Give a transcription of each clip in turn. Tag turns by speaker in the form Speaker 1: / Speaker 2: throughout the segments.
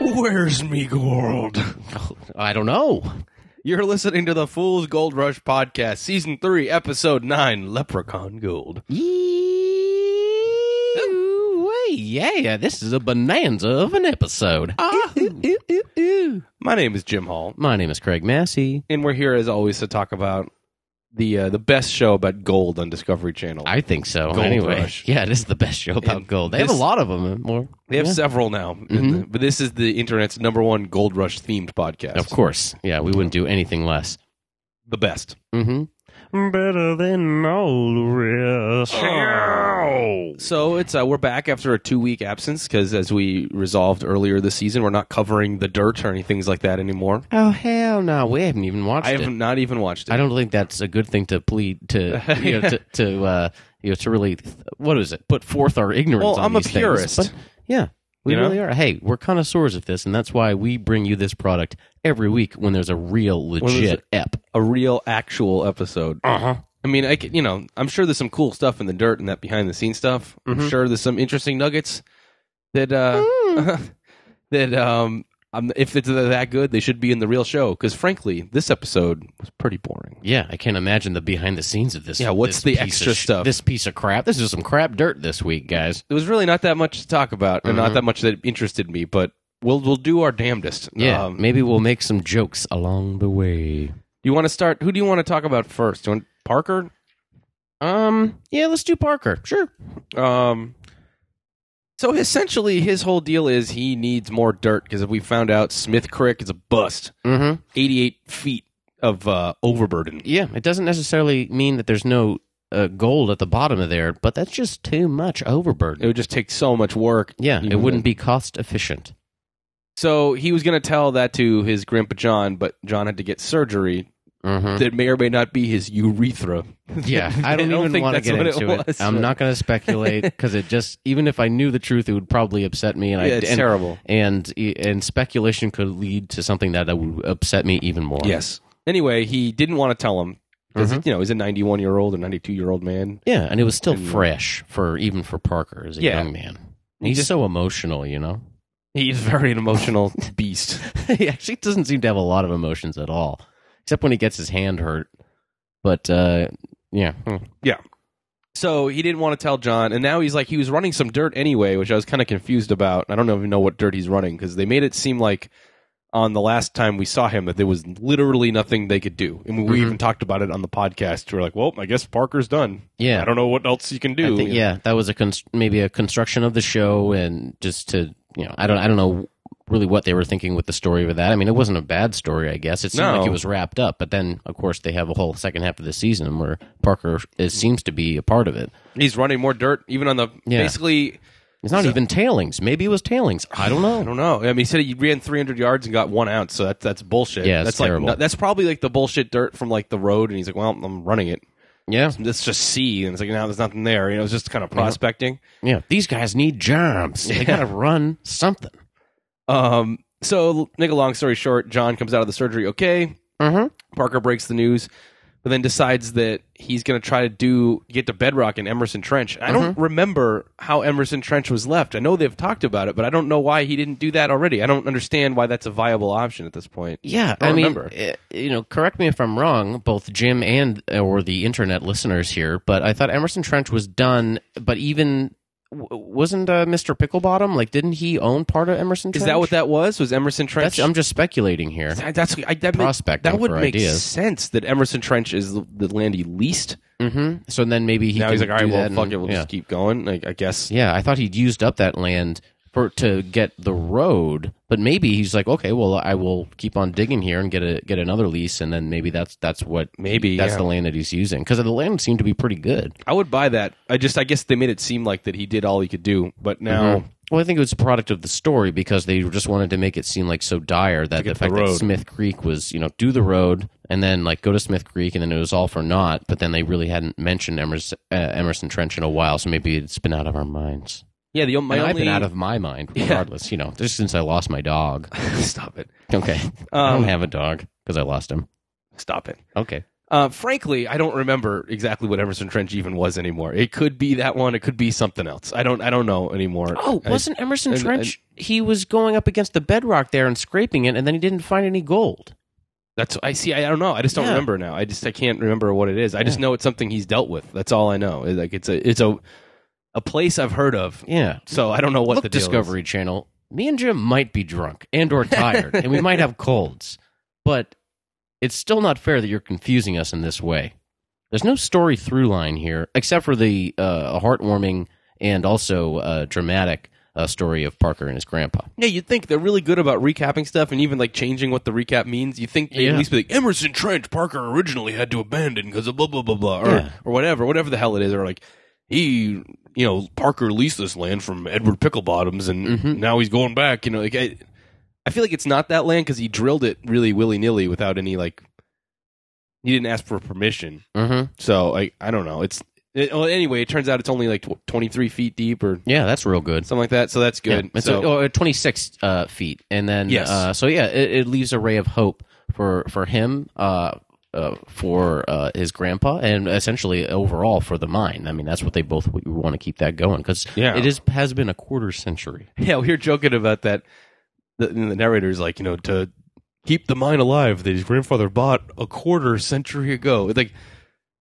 Speaker 1: Where's Megold?
Speaker 2: I don't know. You're listening to the Fool's Gold Rush podcast, season three, episode nine, Leprechaun Gold. Ooh, yeah, this is a bonanza of an episode. My name is Jim Hall,
Speaker 3: My name is Craig Massey.
Speaker 2: and we're here as always to talk about the uh, the best show about gold on Discovery Channel.
Speaker 3: I think so.
Speaker 2: Gold
Speaker 3: anyway,
Speaker 2: Rush.
Speaker 3: yeah, this is the best show about
Speaker 2: And
Speaker 3: gold. They have
Speaker 2: this-
Speaker 3: a lot of them. and More,
Speaker 2: they have
Speaker 3: yeah.
Speaker 2: several now, in
Speaker 3: Mhm.
Speaker 2: the- but this is the internet's number one gold rush themed podcast.
Speaker 3: of course. Yeah, we wouldn't do anything less.
Speaker 2: the best.
Speaker 3: Mm-hmm. Better than all the rest.
Speaker 2: So it's uh, we're back after a two week absence because as we resolved earlier this season, we're not covering the dirt or anything like that anymore.
Speaker 3: Oh hell no! We haven't even watched
Speaker 2: I
Speaker 3: it.
Speaker 2: have not even watched it.
Speaker 3: I don't think that's a good thing to plead to. You know, to, to uh, you know, to really what is it? Put forth our ignorance.
Speaker 2: Well,
Speaker 3: on
Speaker 2: I'm a
Speaker 3: these things,
Speaker 2: purist.
Speaker 3: but yeah, we
Speaker 2: You know?
Speaker 3: really are. Hey, we're connoisseurs of this, and that's why we bring you this product every week when there's a real
Speaker 2: there's
Speaker 3: legit ep.
Speaker 2: a Uh-huh. real actual episode.
Speaker 3: Uh huh.
Speaker 2: I mean, I could, you know, I'm sure there's some cool stuff in the dirt and that behind the scenes stuff. I'm
Speaker 3: Mhm.
Speaker 2: sure there's some interesting nuggets that uh that um um, if it's that good, they should be in the real show. Because frankly, this episode was pretty boring.
Speaker 3: Yeah, I can't imagine the behind the scenes of this.
Speaker 2: Yeah, what's
Speaker 3: this
Speaker 2: the
Speaker 3: piece of
Speaker 2: extra
Speaker 3: sh-
Speaker 2: stuff?
Speaker 3: This piece of crap. This is some crap dirt this week, guys.
Speaker 2: There was really not that much to talk about, and not that much that interested me. But we'll we'll do our damnedest.
Speaker 3: Yeah,
Speaker 2: Um,
Speaker 3: maybe we'll make some jokes along the way.
Speaker 2: Do you want to start? Who do you want to talk about first? Do you want Parker?
Speaker 3: Um, yeah, let's do Parker. Sure.
Speaker 2: Um, so essentially, his whole deal is he needs more dirt because we found out Smith Crick is a bust,
Speaker 3: Mm-hmm.
Speaker 2: eighty-eight feet of uh, overburden.
Speaker 3: Yeah, it doesn't necessarily mean that there's no uh, gold at the bottom of there, but that's just too much
Speaker 2: It
Speaker 3: overburden.
Speaker 2: would just take so much work.
Speaker 3: yeah, it
Speaker 2: Even
Speaker 3: wouldn't
Speaker 2: then.
Speaker 3: be cost efficient.
Speaker 2: So he was going to tell that to his grandpa John, but John had to get surgery
Speaker 3: Mm-hmm.
Speaker 2: that may or may not be his urethra.
Speaker 3: Yeah, I don't, even
Speaker 2: think
Speaker 3: want to
Speaker 2: that's
Speaker 3: get
Speaker 2: what
Speaker 3: into it.
Speaker 2: was.
Speaker 3: I'm not going to speculate because it just, even if I knew the truth, it would probably upset me. And
Speaker 2: Yeah,
Speaker 3: I,
Speaker 2: it's
Speaker 3: and,
Speaker 2: terrible.
Speaker 3: and and speculation could lead to something that would upset me even more.
Speaker 2: Yes. Anyway, he didn't want to tell him because you know he's a ninety-one year old or ninety-two year old man.
Speaker 3: yeah, and it was still
Speaker 2: And-
Speaker 3: fresh for even for Parker as a
Speaker 2: Yeah.
Speaker 3: young man.
Speaker 2: He
Speaker 3: He's
Speaker 2: just-
Speaker 3: so emotional, you know.
Speaker 2: He's very an emotional beast.
Speaker 3: he actually doesn't seem to have a lot of emotions at all, except when he gets his hand hurt. But uh, yeah, Hmm.
Speaker 2: So he didn't want to tell John, and now he's like he was running some dirt anyway, which I was kind of confused about. I don't even know what dirt he's running because they made it seem like on the last time we saw him that there was literally nothing they could do, and we
Speaker 3: Mhm.
Speaker 2: even talked about it on the podcast. We were like, "Well, I guess Parker's done.
Speaker 3: yeah,
Speaker 2: I don't know what else you can do."
Speaker 3: I think, yeah, that was a const- maybe a construction of the show, and just to you know, I don't, I don't know really what they were thinking with the story with that. I mean, it wasn't a bad story, I guess. It seemed
Speaker 2: No.
Speaker 3: like it was wrapped up, but then of course they have a whole second half of the season where Parker is, seems to be a part of it.
Speaker 2: he's running more dirt, even on the
Speaker 3: Yeah.
Speaker 2: basically.
Speaker 3: It's not even tailings. Maybe it was tailings. I don't
Speaker 2: I
Speaker 3: know.
Speaker 2: don't know. I mean, he said he ran 300 yards and got one ounce, so that's that's bullshit.
Speaker 3: Yeah, it's
Speaker 2: that's like
Speaker 3: terrible.
Speaker 2: no- that's probably like the bullshit dirt from like the road, and he's like, "Well, I'm running it.
Speaker 3: Yeah,
Speaker 2: Let's just see." And it's like, "No, there's nothing there." You know, it's just kind of prospecting.
Speaker 3: yeah. These guys need jobs. They gotta run something.
Speaker 2: Um, so, make a long story short, John comes out of the surgery okay.
Speaker 3: Mm-hmm.
Speaker 2: Parker breaks the news, but then decides that he's going to try to do get to Bedrock and Emerson Trench. I don't remember how Emerson Trench was left. I know they've talked about it, but I don't know why he didn't do that already. I don't understand why that's a viable option at this point.
Speaker 3: Yeah,
Speaker 2: I
Speaker 3: I,
Speaker 2: don't
Speaker 3: mean,
Speaker 2: remember.
Speaker 3: eh, you know, correct me if I'm wrong, both Jim and eh, or the internet listeners here, but I thought Emerson Trench was done. But even w- wasn't uh, Mr. Picklebottom like? Didn't he own part of Emerson? Trench?
Speaker 2: Is that what that was? Was Emerson Trench?
Speaker 3: That's, I'm just speculating here.
Speaker 2: That- that's I, that, make,
Speaker 3: Prospecting
Speaker 2: that would
Speaker 3: for
Speaker 2: make
Speaker 3: ideas.
Speaker 2: sense that Emerson Trench is the, the land he leased.
Speaker 3: hmm So then maybe he
Speaker 2: now he's like,
Speaker 3: can
Speaker 2: all right,
Speaker 3: do
Speaker 2: well,
Speaker 3: that
Speaker 2: fuck
Speaker 3: and-
Speaker 2: it, we'll
Speaker 3: yeah.
Speaker 2: just keep going. Like, I guess
Speaker 3: Yeah, I thought he'd used up that land for to get the road, but maybe he's like, okay, well, I will keep on digging here and get a get another lease, and then maybe that's that's what
Speaker 2: Maybe,
Speaker 3: that's
Speaker 2: yeah.
Speaker 3: the land that he's using because the land seemed to be pretty good.
Speaker 2: I would buy that. I just I guess they made it seem like that he did all he could do, but now
Speaker 3: Well, I think it was a product of the story because they just wanted to make it seem like so dire that the
Speaker 2: the
Speaker 3: fact that
Speaker 2: road.
Speaker 3: Smith Creek was, you know, do the road and then like go to Smith Creek and then it was all for naught. But then they really hadn't mentioned Emerson, uh, Emerson Trench in a while, so maybe it's been out of our minds.
Speaker 2: yeah, the my
Speaker 3: and
Speaker 2: only
Speaker 3: I've been out of my mind, regardless. You know, just since I lost my dog.
Speaker 2: stop it,
Speaker 3: Okay, I
Speaker 2: Um,
Speaker 3: don't have a dog because I lost him.
Speaker 2: stop it.
Speaker 3: Okay,
Speaker 2: Uh, frankly, I don't remember exactly what Emerson Trench even was anymore. It could be that one. It could be something else. I don't. I don't know anymore.
Speaker 3: Oh,
Speaker 2: I-
Speaker 3: wasn't Emerson
Speaker 2: and-
Speaker 3: Trench? he was going up against the bedrock there and scraping it, and then he didn't find any gold.
Speaker 2: that's I see. I, I don't know. I just don't
Speaker 3: Yeah.
Speaker 2: remember now. I just I can't remember what it is. I just know it's something he's dealt with. That's all I know. It's Like it's a it's a a place I've heard of.
Speaker 3: Yeah.
Speaker 2: So I don't know what
Speaker 3: Look,
Speaker 2: the deal is.
Speaker 3: Discovery Channel. Me and Jim might be drunk and or tired, and we might have colds, but it's still not fair that you're confusing us in this way. There's no story through line here, except for the uh, heartwarming and also uh, dramatic uh, story of Parker and his grandpa.
Speaker 2: Yeah, you'd think they're really good about recapping stuff and even like changing what the recap means. You think they
Speaker 3: Yeah.
Speaker 2: at least be like Emerson Trench Parker originally had to abandon because of blah blah blah blah or
Speaker 3: Yeah.
Speaker 2: or whatever whatever the hell it is or like he you know Parker leased this land from Edward Picklebottoms and
Speaker 3: Mhm.
Speaker 2: now he's going back. You know, like I, I feel like it's not that land because he drilled it really willy nilly without any like he didn't ask for permission.
Speaker 3: Mm-hmm.
Speaker 2: So I I don't know. It's it, well, anyway. It turns out it's only like tw- twenty three feet deep or
Speaker 3: Yeah, that's real good.
Speaker 2: something like that. So that's good.
Speaker 3: Yeah, it's
Speaker 2: so,
Speaker 3: a- oh, uh, 26 uh, feet, and then
Speaker 2: Yes.
Speaker 3: uh, so yeah, it, it leaves a ray of hope for for him, uh, uh, for uh, his grandpa, and essentially overall for the mine. I mean, that's what they both we want to keep that going because
Speaker 2: Yeah.
Speaker 3: it is has been a quarter century.
Speaker 2: Yeah, we were joking about that. The, and the narrator's like, you know, to keep the mine alive that his grandfather bought a quarter century ago. It's like,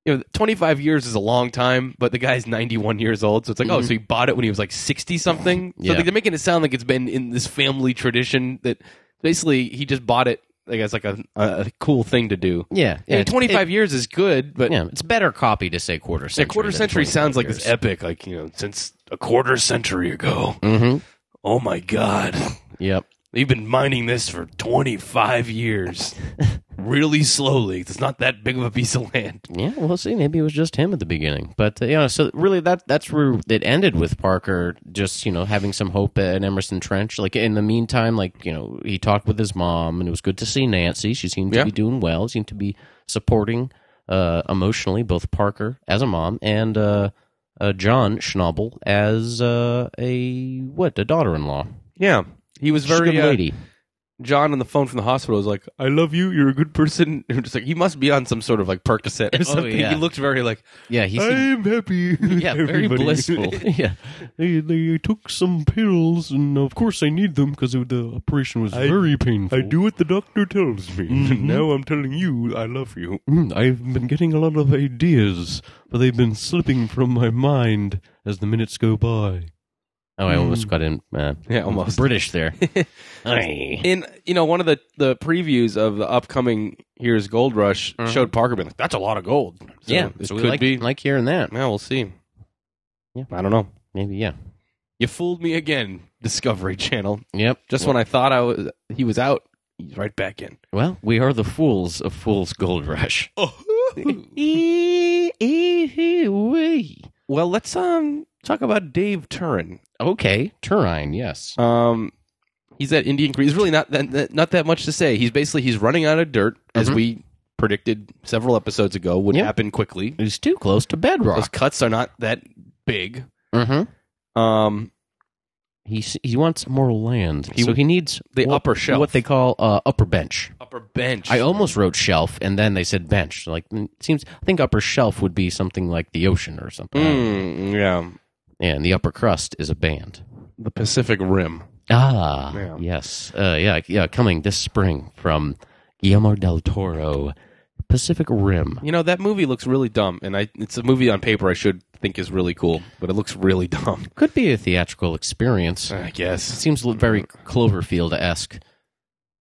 Speaker 2: you know, 25 years is a long time, but the guy's 91 years old. So it's like, oh, so he bought it when he was like 60 something. So
Speaker 3: Mm-hmm. Yeah.
Speaker 2: like, they're making it sound like it's been in this family tradition that basically he just bought it. Like as like a, a cool thing to do.
Speaker 3: Yeah,
Speaker 2: And
Speaker 3: yeah, it's-
Speaker 2: 25 years is good, but
Speaker 3: It, yeah, it's better copy to say quarter
Speaker 2: a
Speaker 3: century.
Speaker 2: quarter
Speaker 3: than
Speaker 2: century
Speaker 3: 25
Speaker 2: sounds like
Speaker 3: years.
Speaker 2: this epic, like you know, since a quarter century ago.
Speaker 3: Mhm.
Speaker 2: Oh my god.
Speaker 3: Yep.
Speaker 2: They've been mining this for 25 years. really slowly. It's not that big of a piece of land.
Speaker 3: Yeah, we'll see. Maybe it was just him at the beginning, but uh, you know, so really that that's where it ended with Parker just you know having some hope at Emerson Trench. Like in the meantime, like you know, he talked with his mom, and it was good to see Nancy. She seemed
Speaker 2: Yeah.
Speaker 3: to be doing well. Seemed to be supporting uh, emotionally both Parker as a mom and uh, uh, John Schnabel as uh, a what a daughter-in-law.
Speaker 2: Yeah. He was
Speaker 3: She's a
Speaker 2: very
Speaker 3: good
Speaker 2: uh,
Speaker 3: lady.
Speaker 2: John on the phone from the hospital was like, "I love you. You're a good person." And we're just like he must be on some sort of like Percocet or something.
Speaker 3: Oh, yeah.
Speaker 2: He looked very like
Speaker 3: Yeah, he's
Speaker 1: I'm happy.
Speaker 3: yeah very
Speaker 1: everybody.
Speaker 3: blissful. yeah.
Speaker 1: they, they took some pills, and of course I need them because the operation was very painful. I do what the doctor tells me. Now I'm telling you, I love you. Mm, I've been getting a lot of ideas, but they've been slipping from my mind as the minutes go by.
Speaker 3: Oh, I almost got in. Uh,
Speaker 2: Hmm. Yeah, almost.
Speaker 3: British there. Aye.
Speaker 2: in you know one of the the previews of the upcoming here's Gold Rush showed Parker being like, "That's a lot of gold." So
Speaker 3: Uh-huh. yeah,
Speaker 2: it
Speaker 3: so we
Speaker 2: could
Speaker 3: like,
Speaker 2: be.
Speaker 3: like hearing that.
Speaker 2: yeah, we'll see.
Speaker 3: Yeah.
Speaker 2: I don't know.
Speaker 3: Maybe yeah.
Speaker 2: You fooled me again, Discovery Channel.
Speaker 3: Yep.
Speaker 2: Just when I thought I was, he was out, he's right back in.
Speaker 3: Well, we are the fools of Fool's Gold Rush.
Speaker 2: Well, let's um talk about Dave Turin.
Speaker 3: okay, Turine. Yes.
Speaker 2: Um, he's at Indian Creek. There's really not that, that- not that much to say. He's basically he's running out of dirt, as we predicted several episodes ago would
Speaker 3: Mm-hmm. Yeah.
Speaker 2: happen quickly.
Speaker 3: He's too close to
Speaker 2: Those
Speaker 3: bedrock.
Speaker 2: cuts are not that big.
Speaker 3: Mm-hmm.
Speaker 2: Um,
Speaker 3: He s- he wants more land,
Speaker 2: He-
Speaker 3: so he needs
Speaker 2: the
Speaker 3: what,
Speaker 2: upper shelf.
Speaker 3: what they call uh, upper bench.
Speaker 2: upper bench.
Speaker 3: I almost wrote shelf, and then they said bench. Like mm, seems, I think upper shelf would be something like the ocean or something.
Speaker 2: Mm, yeah,
Speaker 3: And the upper crust is a band.
Speaker 2: the Pacific Rim.
Speaker 3: Ah,
Speaker 2: Yeah.
Speaker 3: yes, uh, yeah, yeah. Coming this spring from Guillermo del Toro, Pacific Rim.
Speaker 2: You know that movie looks really dumb, and I it's a movie on paper I should think is really cool, but it looks really dumb.
Speaker 3: Could be a theatrical experience.
Speaker 2: I guess.
Speaker 3: Seems l- very Cloverfield esque,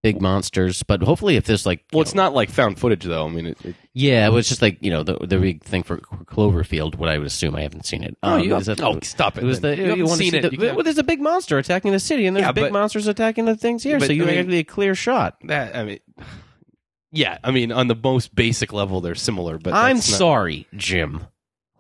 Speaker 3: big monsters. But hopefully, if there's like, you
Speaker 2: Well, it's
Speaker 3: know-
Speaker 2: not like found footage though. I mean, it, it,
Speaker 3: Yeah, it was just like you know the the big thing for Cloverfield. What I would assume, I haven't seen it. Um, is that-
Speaker 2: oh, stop it!
Speaker 3: It was the
Speaker 2: then.
Speaker 3: you,
Speaker 2: you, haven't
Speaker 3: want
Speaker 2: seen
Speaker 3: to see
Speaker 2: it.
Speaker 3: the-
Speaker 2: You can't-
Speaker 3: well, there's a big monster attacking the city, and there's
Speaker 2: Yeah,
Speaker 3: big
Speaker 2: but-
Speaker 3: monsters attacking the things here.
Speaker 2: But,
Speaker 3: so you
Speaker 2: I mean-
Speaker 3: have a clear shot.
Speaker 2: that I mean, yeah, I mean on the most basic level they're similar, but
Speaker 3: I'm
Speaker 2: that's not-
Speaker 3: sorry, Jim.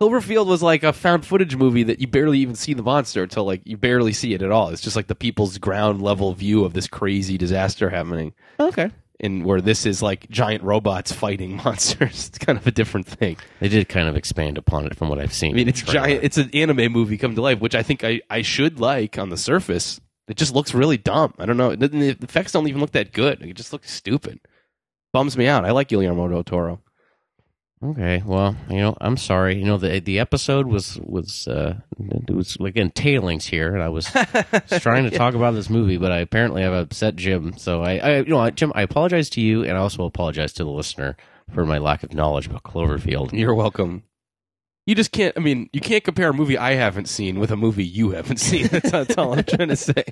Speaker 2: Cloverfield was like a found footage movie that you barely even see the monster until like you barely see it at all. It's just like the people's ground level view of this crazy disaster happening,
Speaker 3: Okay.
Speaker 2: and where this is like giant robots fighting monsters. It's kind of a different thing.
Speaker 3: They did kind of expand upon it from what I've seen.
Speaker 2: I mean, it's giant. It's an anime movie come to life, which I think I, I should like on the surface. It just looks really dumb. I don't know. It doesn't- the effects don't even look that good. It just looks stupid. Bums me out. I like Guillermo del Toro.
Speaker 3: Okay, well, you know, I'm sorry. You know, the the episode was was uh, it was like in tailings here, and I was, was trying to talk about this movie, but I apparently have upset Jim. So I, I you know, what, Jim, I apologize to you, and I also apologize to the listener for my lack of knowledge about Cloverfield.
Speaker 2: You're welcome. You just can't. I mean, you can't compare a movie I haven't seen with a movie you haven't seen. That's, that's all I'm trying to say.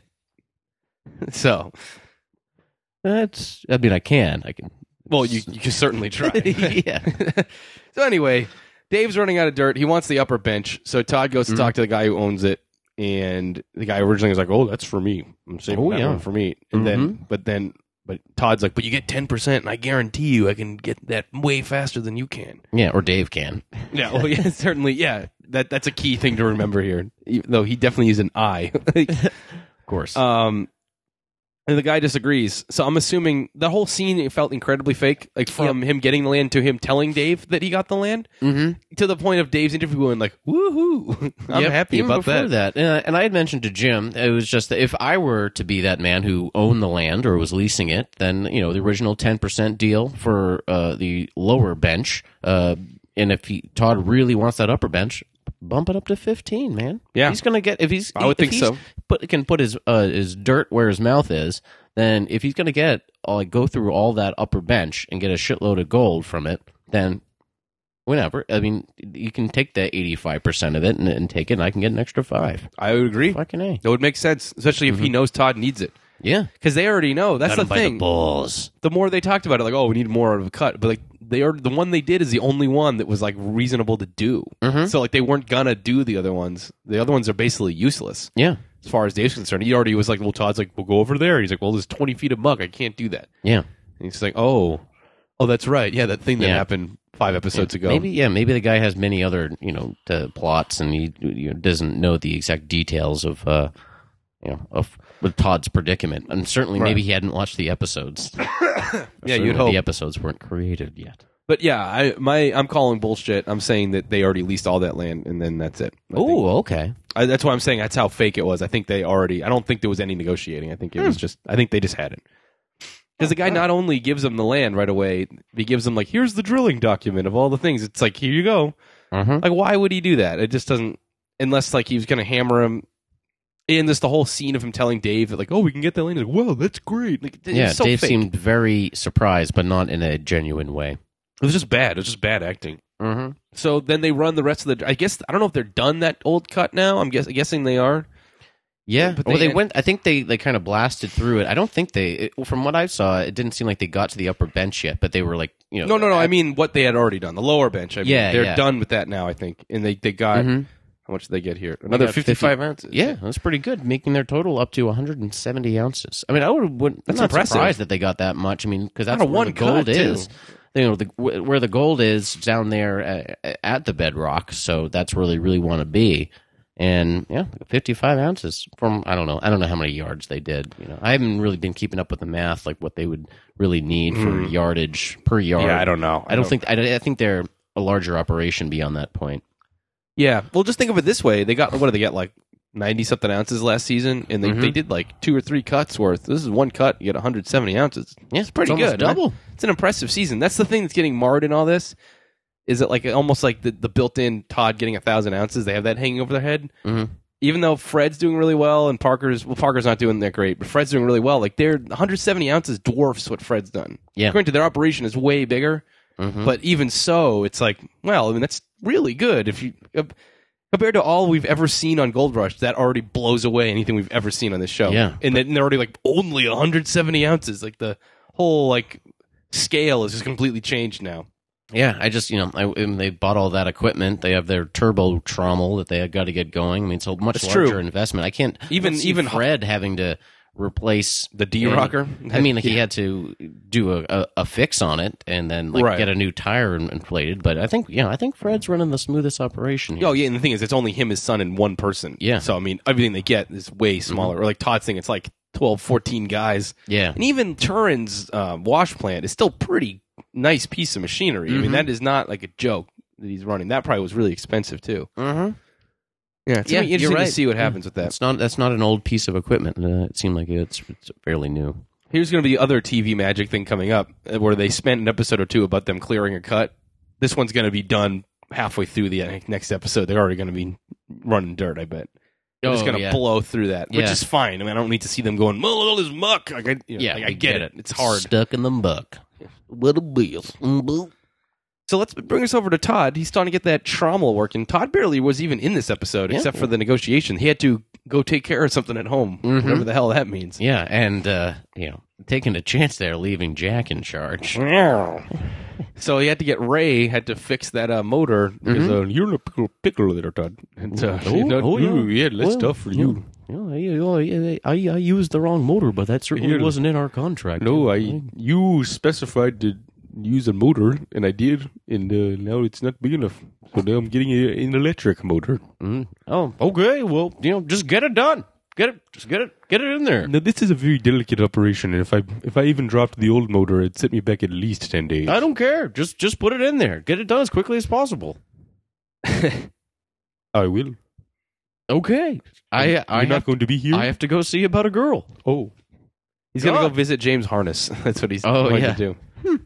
Speaker 2: So,
Speaker 3: That's, I mean, I can, I can.
Speaker 2: well, you you can certainly try.
Speaker 3: yeah,
Speaker 2: so anyway, Dave's running out of dirt. He wants the upper bench. So Todd goes
Speaker 3: Mm-hmm.
Speaker 2: to talk to the guy who owns it, and the guy originally was like, "Oh, that's for me. I'm saving
Speaker 3: Oh,
Speaker 2: that
Speaker 3: yeah. Mm-hmm.
Speaker 2: one for me." And then, but then, but Todd's like, "But you get ten percent, and I guarantee you, I can get that way faster than you can."
Speaker 3: yeah, or Dave can.
Speaker 2: Yeah, well, yeah, certainly. Yeah, that that's a key thing to remember here. Even though he definitely is an I.
Speaker 3: Of course.
Speaker 2: um, and the guy disagrees. So I'm assuming the whole scene it felt incredibly fake, like from him getting the land to him telling Dave that he got the land,
Speaker 3: mm-hmm.
Speaker 2: to the point of Dave's interview going like, "Woohoo! I'm
Speaker 3: Yep,
Speaker 2: happy
Speaker 3: even
Speaker 2: about
Speaker 3: before
Speaker 2: that."
Speaker 3: that. And I, and I had mentioned to Jim, it was just that if I were to be that man who owned the land or was leasing it, then you know the original ten percent deal for uh, the lower bench, uh, and if he, Todd really wants that upper bench, bump it up to fifteen, man.
Speaker 2: Yeah.
Speaker 3: he's gonna get if he's.
Speaker 2: I would
Speaker 3: if
Speaker 2: think
Speaker 3: he's
Speaker 2: so.
Speaker 3: Put can put his uh, his dirt where his mouth is. Then if he's gonna get uh, like go through all that upper bench and get a shitload of gold from it, then whenever. I mean, you can take that eighty-five percent of it and, and take it, and I can get an extra five.
Speaker 2: I would agree.
Speaker 3: Fucking a.
Speaker 2: That would make sense, especially if he knows Todd needs it,
Speaker 3: Yeah,
Speaker 2: because they already know. That's the thing.
Speaker 3: balls.
Speaker 2: the more they talked about it, like, oh, we need more of a cut. But like, they are the one they did is the only one that was like reasonable to do. So like, they weren't gonna do the other ones. The other ones are basically useless
Speaker 3: Yeah,
Speaker 2: as far as Dave's concerned. He already was like, well, Todd's like, we'll go over there. He's like, well, there's 20 feet of muck. I can't do that.
Speaker 3: yeah,
Speaker 2: And he's like, oh, oh, that's right. Yeah, that thing that
Speaker 3: Yeah.
Speaker 2: happened five episodes ago.
Speaker 3: maybe. Yeah, maybe the guy has many other you know uh, plots, and he you know, doesn't know the exact details of. uh you know, of with Todd's predicament, and certainly
Speaker 2: Right.
Speaker 3: maybe he hadn't watched the episodes.
Speaker 2: Yeah,
Speaker 3: Certainly
Speaker 2: you'd hope.
Speaker 3: the episodes weren't created yet.
Speaker 2: But yeah, I my I'm calling bullshit. I'm saying that they already leased all that land, and then that's it. I think-
Speaker 3: Oh, okay.
Speaker 2: I, that's why I'm saying that's how fake it was. I think they already. I don't think there was any negotiating. I think it
Speaker 3: Hmm.
Speaker 2: was just. I think they just had it. Because the guy not only gives him the land right away, he gives him like, here's the drilling document of all the things. It's like, here you go.
Speaker 3: Uh-huh.
Speaker 2: Like, why would he do that? It just doesn't. Unless like he was going to hammer him. And this the whole scene of him telling Dave that like, oh, we can get that land. He's Like, well, that's great. Like, it
Speaker 3: Yeah,
Speaker 2: was so
Speaker 3: Dave
Speaker 2: fake.
Speaker 3: seemed very surprised, but not in a genuine way.
Speaker 2: it was just bad. It was just bad acting.
Speaker 3: Mm-hmm.
Speaker 2: So then they run the rest of the. I guess I don't know if they're done that old cut now. I'm guess, guessing they are.
Speaker 3: Yeah,
Speaker 2: But
Speaker 3: well,
Speaker 2: they-
Speaker 3: they went. I think they they kind of blasted through it. I don't think they, it, from what I saw, it didn't seem like they got to the upper bench yet. But they were like, you know,
Speaker 2: No, no, no. I mean what they had already done. The lower bench. I mean,
Speaker 3: Yeah,
Speaker 2: they're
Speaker 3: yeah.
Speaker 2: done with that now. I think, and they they got
Speaker 3: Mhm.
Speaker 2: how much did Mm-hmm. they get here? Another
Speaker 3: got
Speaker 2: fifty
Speaker 3: 50.
Speaker 2: five ounces.
Speaker 3: yeah, that's pretty good, making their total up to 170 ounces. I mean, I would, would
Speaker 2: That's
Speaker 3: I'm not
Speaker 2: impressive.
Speaker 3: surprised that they got that much. I mean, because that's
Speaker 2: Out of
Speaker 3: where
Speaker 2: one
Speaker 3: the gold
Speaker 2: cut, too.
Speaker 3: is. You know, the, wh- where the gold is down there uh, at the bedrock. So that's where they really want to be. And yeah, 55 ounces from I don't know. I don't know how many yards they did. You know, I haven't really been keeping up with the math, like what they would really need for yardage per yard.
Speaker 2: Hmm. yeah. I don't know.
Speaker 3: I don't think. I, don't- I think they're a larger operation beyond that point.
Speaker 2: Yeah. Well, just think of it this way. They got what did they get like ninety something ounces last season, and they,
Speaker 3: Mhm.
Speaker 2: they did like two or three cuts worth. This is one cut. You get one hundred seventy ounces.
Speaker 3: Yeah,
Speaker 2: It's pretty
Speaker 3: almost
Speaker 2: good.
Speaker 3: Double.
Speaker 2: man. It's an impressive season. That's the thing that's getting marred in all this. Is it like almost like the, the built in Todd getting a thousand ounces? They have that hanging over their head.
Speaker 3: Mhm.
Speaker 2: Even though Fred's doing really well and Parker's well, Parker's not doing that great, but Fred's doing really well. Like their 170 ounces dwarfs what Fred's done.
Speaker 3: Yeah.
Speaker 2: granted, their operation is way bigger,
Speaker 3: Mhm.
Speaker 2: Mm-hmm. but even so, it's like well, I mean that's really good if you. Uh, Compared to all we've ever seen on Gold Rush, that already blows away anything we've ever seen on this show.
Speaker 3: Yeah.
Speaker 2: and then they're already like only 170 ounces. Like the whole like scale is just completely changed now.
Speaker 3: Yeah, I just you know I, and they bought all that equipment. They have their turbo trommel that they have got to get going. I mean, it's a much
Speaker 2: That's true.
Speaker 3: larger investment. I can't I
Speaker 2: Even-
Speaker 3: don't see
Speaker 2: even-
Speaker 3: Fred having to replace
Speaker 2: The D rocker.
Speaker 3: I mean, like he had to do a, a, a fix on it and then like
Speaker 2: Right.
Speaker 3: get a new tire in- inflated. But I think yeah, I think Fred's running the smoothest operation. Here.
Speaker 2: Oh yeah, and the thing is, it's only him, his son, and one person.
Speaker 3: Yeah.
Speaker 2: So I mean, everything they get is way smaller. Or like Todd's thing, it's like 12, 14 guys,
Speaker 3: yeah,
Speaker 2: and even Turin's uh, wash plant is still pretty nice piece of machinery. I mean, that is not like a joke that he's running. That probably was really expensive too.
Speaker 3: mm-hmm.
Speaker 2: Yeah, it's
Speaker 3: Yeah,
Speaker 2: gonna be
Speaker 3: you're
Speaker 2: interesting to
Speaker 3: right.
Speaker 2: see what happens with that.
Speaker 3: that's not that's not an old piece of equipment. Uh, it seemed like it's, it's fairly new.
Speaker 2: Here's going to be the other TV magic thing coming up, uh, where they spent an episode or two about them clearing a cut. this one's going to be done halfway through the uh, next episode. They're already going to be running dirt. I bet. They're just
Speaker 3: Oh,
Speaker 2: going to
Speaker 3: yeah.
Speaker 2: blow through that, which
Speaker 3: Yeah.
Speaker 2: is fine. I mean, I don't need to see them going, well, all this muck. Like, I, you know,
Speaker 3: Yeah,
Speaker 2: like, I
Speaker 3: we
Speaker 2: get,
Speaker 3: get
Speaker 2: it. It's hard.
Speaker 3: Stuck in the muck. Mm-hmm. What a bill.
Speaker 2: So let's bring us over to Todd. He's starting to get that trauma working. Todd barely was even in this episode,
Speaker 3: Yeah.
Speaker 2: except for the negotiation. He had to go take care of something at home,
Speaker 3: Mhm.
Speaker 2: whatever the hell that means.
Speaker 3: Yeah, and uh, you know, taking a chance there, leaving Jack in charge.
Speaker 2: So he had to get Ray had to fix that uh, motor because uh, you're in a pickle, pickle there, Todd. And, uh,
Speaker 3: Oh,
Speaker 2: you know,
Speaker 3: oh, yeah.
Speaker 2: ooh, yeah, that's
Speaker 3: Well,
Speaker 2: tough for
Speaker 3: yeah.
Speaker 2: you.
Speaker 3: Yeah, yeah, yeah, I, I used the wrong motor, but that certainly
Speaker 2: Here.
Speaker 3: wasn't in our contract.
Speaker 1: No, I you specified to use a motor, and I did, and uh, now it's not big enough. So now I'm getting a, an electric motor.
Speaker 3: Mm. Oh, okay. Well, you know, just get it done. Get it. Just get it. Get it in there.
Speaker 1: Now this is a very delicate operation, and if I if I even dropped the old motor, it'd set me back at least ten days.
Speaker 3: I don't care. Just just put it in there. Get it done as quickly as possible.
Speaker 1: I will.
Speaker 3: Okay. I I
Speaker 1: You're not
Speaker 3: have,
Speaker 1: going to be here.
Speaker 3: I have to go see about a girl.
Speaker 1: oh,
Speaker 2: He's going to go
Speaker 3: God.
Speaker 2: visit James Harness. That's what he's
Speaker 3: Oh,
Speaker 2: going
Speaker 3: yeah.
Speaker 2: to do.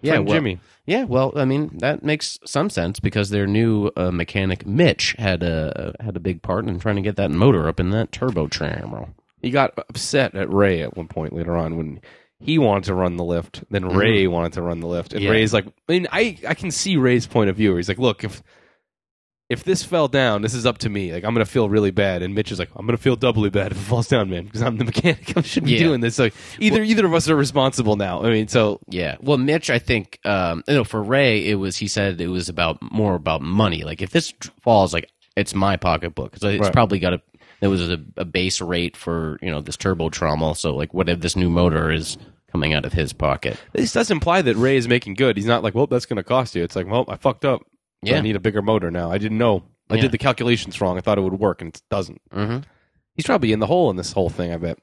Speaker 3: Yeah,
Speaker 1: Friend
Speaker 3: well,
Speaker 1: Jimmy.
Speaker 3: Yeah, well, I mean that makes some sense because their new uh, mechanic Mitch had a had a big part in trying to get that motor up in that turbo tram.
Speaker 2: He got upset at Ray at one point later on when he wanted to run the lift. Then Ray wanted to run the lift, and
Speaker 3: Mm-hmm. Yeah.
Speaker 2: Ray's like, I mean, I I can see Ray's point of view. He's like, look, if if this fell down, this is up to me. Like I'm gonna feel really bad. And Mitch is like, I'm gonna feel doubly bad if it falls down, man, because I'm the mechanic. I shouldn't be
Speaker 3: Yeah.
Speaker 2: doing this. Like either either of us are responsible now. I mean, so
Speaker 3: Yeah. Well, Mitch, I think um, you know for Ray, it was he said it was about more about money. Like if this tr- falls, like it's my pocketbook. So it's probably got a there was a, a base rate for you know this turbo trauma. So like whatever this new motor is coming out of his pocket.
Speaker 2: this does imply that Ray is making good. He's not like, well, that's gonna cost you. It's like, well, I fucked up. So I
Speaker 3: Yeah.
Speaker 2: need a bigger motor now. I didn't know. I
Speaker 3: Yeah.
Speaker 2: did the calculations wrong. I thought it would work, and it doesn't.
Speaker 3: Mm-hmm.
Speaker 2: He's probably in the hole in this whole thing. I bet.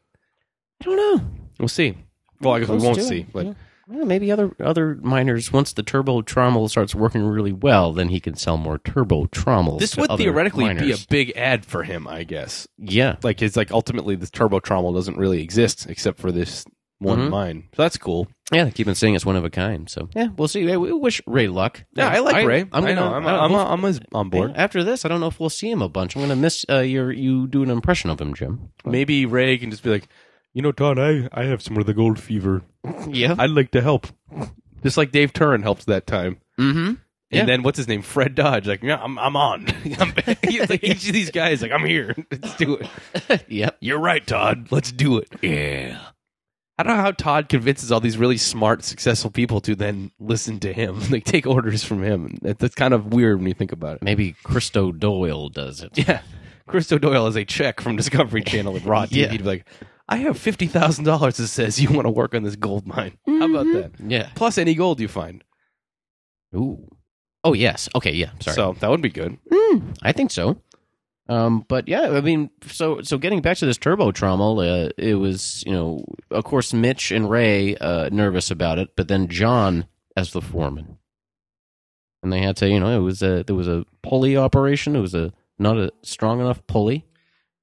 Speaker 3: I don't know.
Speaker 2: We'll see. Well, I guess we
Speaker 3: Close
Speaker 2: won't
Speaker 3: to it,
Speaker 2: see. But
Speaker 3: yeah. Well, maybe other other miners once the turbo trommel starts working really well, then he can sell more turbo trommels.
Speaker 2: this
Speaker 3: to
Speaker 2: would
Speaker 3: other
Speaker 2: theoretically be a
Speaker 3: miners.
Speaker 2: big ad for him, I guess.
Speaker 3: yeah.
Speaker 2: Like it's like ultimately this turbo trommel doesn't really exist except for this one
Speaker 3: Mhm.
Speaker 2: mine. Mm-hmm. So that's cool.
Speaker 3: Yeah, they keep on saying it's one of a kind. So yeah, we'll see. Hey, We wish Ray luck.
Speaker 2: Yeah, I like Ray.
Speaker 3: I'm
Speaker 2: I
Speaker 3: gonna,
Speaker 2: know. I'm
Speaker 3: I
Speaker 2: I'm,
Speaker 3: don't-
Speaker 2: I'm, as- on board.
Speaker 3: after this, I don't know if we'll see him a bunch. I'm gonna miss uh, your you do an impression of him, Jim.
Speaker 2: Maybe Ray can just be like,
Speaker 1: You know, Todd, I, I have some of the gold fever.
Speaker 3: Yeah.
Speaker 1: I'd like to help.
Speaker 2: just like Dave Turin helped that time.
Speaker 3: Mm-hmm.
Speaker 2: And
Speaker 3: Yeah.
Speaker 2: then what's his name? Fred Dodge. Like, yeah, I'm, I'm on. I'm back. He's like, each of these guys, like, I'm here. Let's do it.
Speaker 3: Yep.
Speaker 2: You're right, Todd. Let's do it.
Speaker 3: Yeah.
Speaker 2: I don't know how Todd convinces all these really smart, successful people to then listen to him, like take orders from him. That, that's kind of weird when you think about it.
Speaker 3: Maybe Christo Doyle does it.
Speaker 2: Yeah, Christo Doyle has a check from Discovery Channel and Raw TV
Speaker 3: Yeah.
Speaker 2: to be like, "I have fifty thousand dollars that says you want to work on this gold mine. How about
Speaker 3: Mm-hmm.
Speaker 2: that?
Speaker 3: Yeah.
Speaker 2: Plus any gold you find.
Speaker 3: Ooh. Oh yes. Okay. Yeah. Sorry.
Speaker 2: So that would be good.
Speaker 3: I think so. Um, but yeah, I mean, so so getting back to this turbo trauma, uh, it was you know, of course, Mitch and Ray uh, nervous about it, but then John as the foreman, and they had to you know it was a there was a pulley operation. It was a not a strong enough pulley.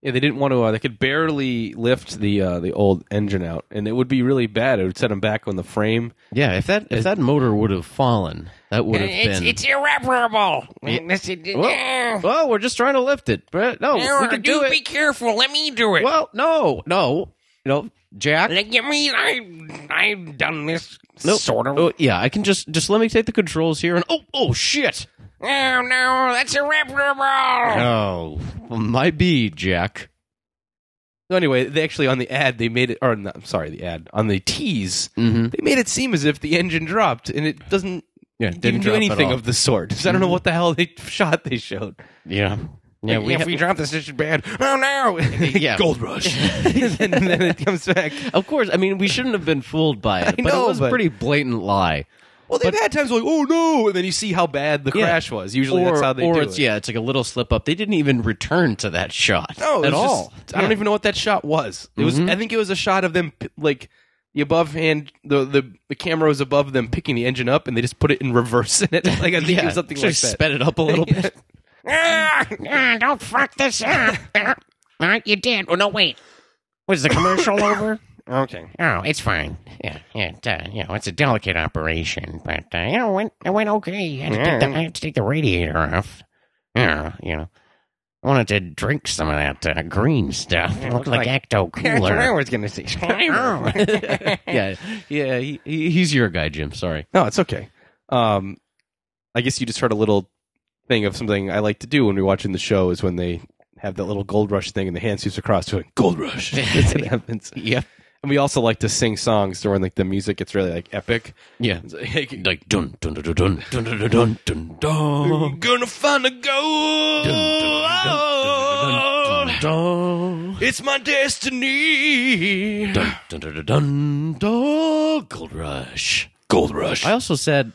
Speaker 2: Yeah, they didn't want to. Uh, they could barely lift the uh, the old engine out, and it would be really bad. It would set them back on the frame.
Speaker 3: Yeah, if that if that motor would have fallen, that would have
Speaker 4: It's,
Speaker 3: been.
Speaker 4: it's irreparable. This is-
Speaker 3: well, well, we're just trying to lift it, but no,
Speaker 4: Err,
Speaker 3: we can
Speaker 4: do
Speaker 3: do it.
Speaker 4: Be careful. Let me do it.
Speaker 3: Well, no, no, you know, Jack.
Speaker 4: Like, I mean, I, I've done this
Speaker 3: Nope.
Speaker 4: sort of.
Speaker 3: Oh yeah, I can just just let me take the controls here and oh oh shit.
Speaker 4: Oh, no, that's irreparable.
Speaker 3: Oh, might be Jack.
Speaker 2: So anyway, they actually on the ad they made it, or no, I'm sorry, the ad on the tease
Speaker 3: Mm-hmm.
Speaker 2: they made it seem as if the engine dropped, and it doesn't
Speaker 3: Yeah,
Speaker 2: didn't do anything of the sort. So I don't know what the hell they shot they showed.
Speaker 3: Yeah, yeah. We
Speaker 4: if
Speaker 3: have,
Speaker 4: we drop this, this is bad. Oh, no.
Speaker 3: yeah.
Speaker 2: Gold Rush, and then it comes back.
Speaker 3: Of course. I mean, we shouldn't have been fooled by it,
Speaker 2: I
Speaker 3: but
Speaker 2: know,
Speaker 3: it was
Speaker 2: but-
Speaker 3: a pretty blatant lie.
Speaker 2: Well, they've had times like, oh no, and then you see how bad the
Speaker 3: Yeah.
Speaker 2: crash was. Usually,
Speaker 3: or
Speaker 2: that's how they
Speaker 3: or
Speaker 2: do
Speaker 3: it's
Speaker 2: it.
Speaker 3: yeah, it's like a little slip up. They didn't even return to that shot
Speaker 2: No, Oh, it
Speaker 3: at
Speaker 2: was
Speaker 3: all.
Speaker 2: just- Mm-hmm. I don't even know what that shot was. It was. I think it was a shot of them p- like the above hand. The, the the camera was above them picking the engine up, and they just put it in reverse in it. Like I think
Speaker 3: yeah,
Speaker 2: it was something
Speaker 3: should've
Speaker 2: like that.
Speaker 3: Sped it up a little bit.
Speaker 4: Ah, ah, don't fuck this up. All right, you did. Oh, no, wait. Was the commercial over? Okay.
Speaker 5: Oh, it's fine. Yeah, yeah, it, uh, you know, it's a delicate operation, but uh, you know, it went it went okay. I had, to take the, I had to take the radiator off. Yeah, you know, I wanted to drink some of that uh, green stuff. It looked like, Ecto
Speaker 4: That's what I
Speaker 5: Cooler.
Speaker 4: was gonna say. Slimer.
Speaker 3: yeah, yeah. He, he- he's your guy, Jim. Sorry.
Speaker 2: No, it's okay. Um, I guess you just heard a little thing of something I like to do when we're watching the show is when they have that little gold rush thing and the hand sweeps across to it. Gold rush. That's what happens.
Speaker 3: Yep.
Speaker 2: And we also like to sing songs during like the music gets really like epic.
Speaker 3: Yeah.
Speaker 2: It's like,
Speaker 3: Like dun dun dun dun dun dun dun dun dun dun.
Speaker 2: You're gonna find a gold.
Speaker 3: Dun,
Speaker 2: It's my destiny.
Speaker 3: dun, dun, dun, dun, dun, Gold Rush.
Speaker 2: Gold rush.
Speaker 3: I also said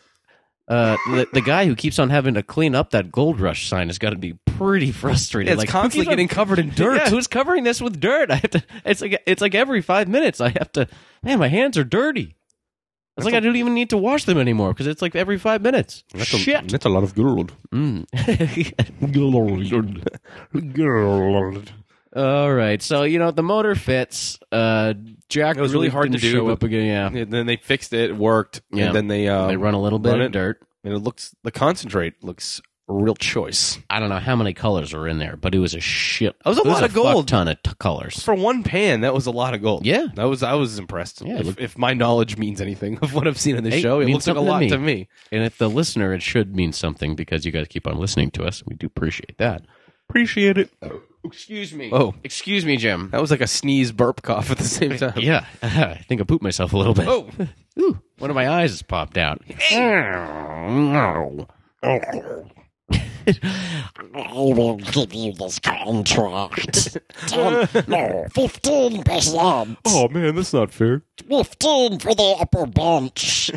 Speaker 3: uh, the, the guy who keeps on having to clean up that Gold Rush sign has got to be pretty frustrated.
Speaker 2: it's
Speaker 3: like, who
Speaker 2: constantly
Speaker 3: keeps on-
Speaker 2: getting covered in dirt.
Speaker 3: Yeah, who's covering this with dirt? I have to. It's like it's like every five minutes I have to. Man, my hands are dirty. It's like I I don't even need to wash them anymore because it's like every five minutes. Shit.
Speaker 2: that's a lot of gold.
Speaker 3: Mm.
Speaker 1: Gold. Gold.
Speaker 3: All right, so you know the motor fits. Uh, Jack
Speaker 2: It was really hard
Speaker 3: didn't
Speaker 2: to do,
Speaker 3: show
Speaker 2: but-
Speaker 3: up again. Yeah,
Speaker 2: And then they fixed it. It worked.
Speaker 3: Yeah.
Speaker 2: And then they um,
Speaker 3: they run a little bit
Speaker 2: run
Speaker 3: of
Speaker 2: it.
Speaker 3: dirt.
Speaker 2: and it looks the concentrate looks real choice
Speaker 3: I don't know how many colors are in there, but it was a shit.
Speaker 2: That was a
Speaker 3: it
Speaker 2: lot of
Speaker 3: fuck
Speaker 2: gold.
Speaker 3: ton of t- colors.
Speaker 2: for one pan. That was a lot of gold.
Speaker 3: Yeah.
Speaker 2: that was I was impressed.
Speaker 3: Yeah, it
Speaker 2: if,
Speaker 3: looked-
Speaker 2: if my knowledge means anything of what I've seen in the
Speaker 3: Hey,
Speaker 2: show, it looks
Speaker 3: means
Speaker 2: like a
Speaker 3: something to
Speaker 2: lot
Speaker 3: me.
Speaker 2: to me.
Speaker 3: And if the listener, it should mean something because you guys keep on listening to us. We do appreciate that.
Speaker 1: Appreciate it.
Speaker 3: Excuse me.
Speaker 2: Oh.
Speaker 3: excuse me, Jim.
Speaker 2: That was like a sneeze burp cough at the same time.
Speaker 3: Yeah, I think I pooped myself a little bit.
Speaker 2: Oh,
Speaker 3: Ooh, one of my eyes has popped out.
Speaker 5: Oh, no. I will give you this contract. Ten, no, fifteen percent.
Speaker 1: Oh man, that's not fair.
Speaker 5: Fifteen for the upper bench.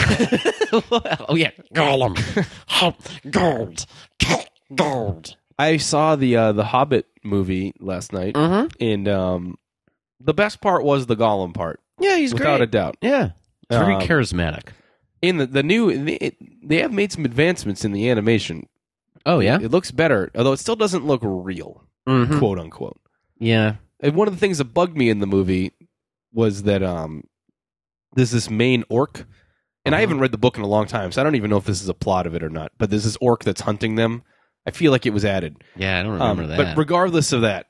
Speaker 3: oh yeah,
Speaker 5: Gollum. Hot Gold. Gold.
Speaker 2: I saw the uh, the Hobbit movie last night,
Speaker 3: mm-hmm.
Speaker 2: and um, the best part was the Gollum part,
Speaker 3: yeah, he's
Speaker 2: without
Speaker 3: great.
Speaker 2: a doubt.
Speaker 3: yeah, very
Speaker 2: Um,
Speaker 3: charismatic.
Speaker 2: In the the new, they, they have made some advancements in the animation.
Speaker 3: Oh yeah,
Speaker 2: It looks better, although it still doesn't look real,
Speaker 3: Mhm.
Speaker 2: quote unquote.
Speaker 3: yeah.
Speaker 2: And one of the things that bugged me in the movie was that um, there's this main orc, and
Speaker 3: Uh-huh.
Speaker 2: I haven't read the book in a long time, so I don't even know if this is a plot of it or not. But there's this orc that's hunting them. I feel like it was added,
Speaker 3: Yeah, I don't
Speaker 2: Um,
Speaker 3: remember that.
Speaker 2: but regardless of that,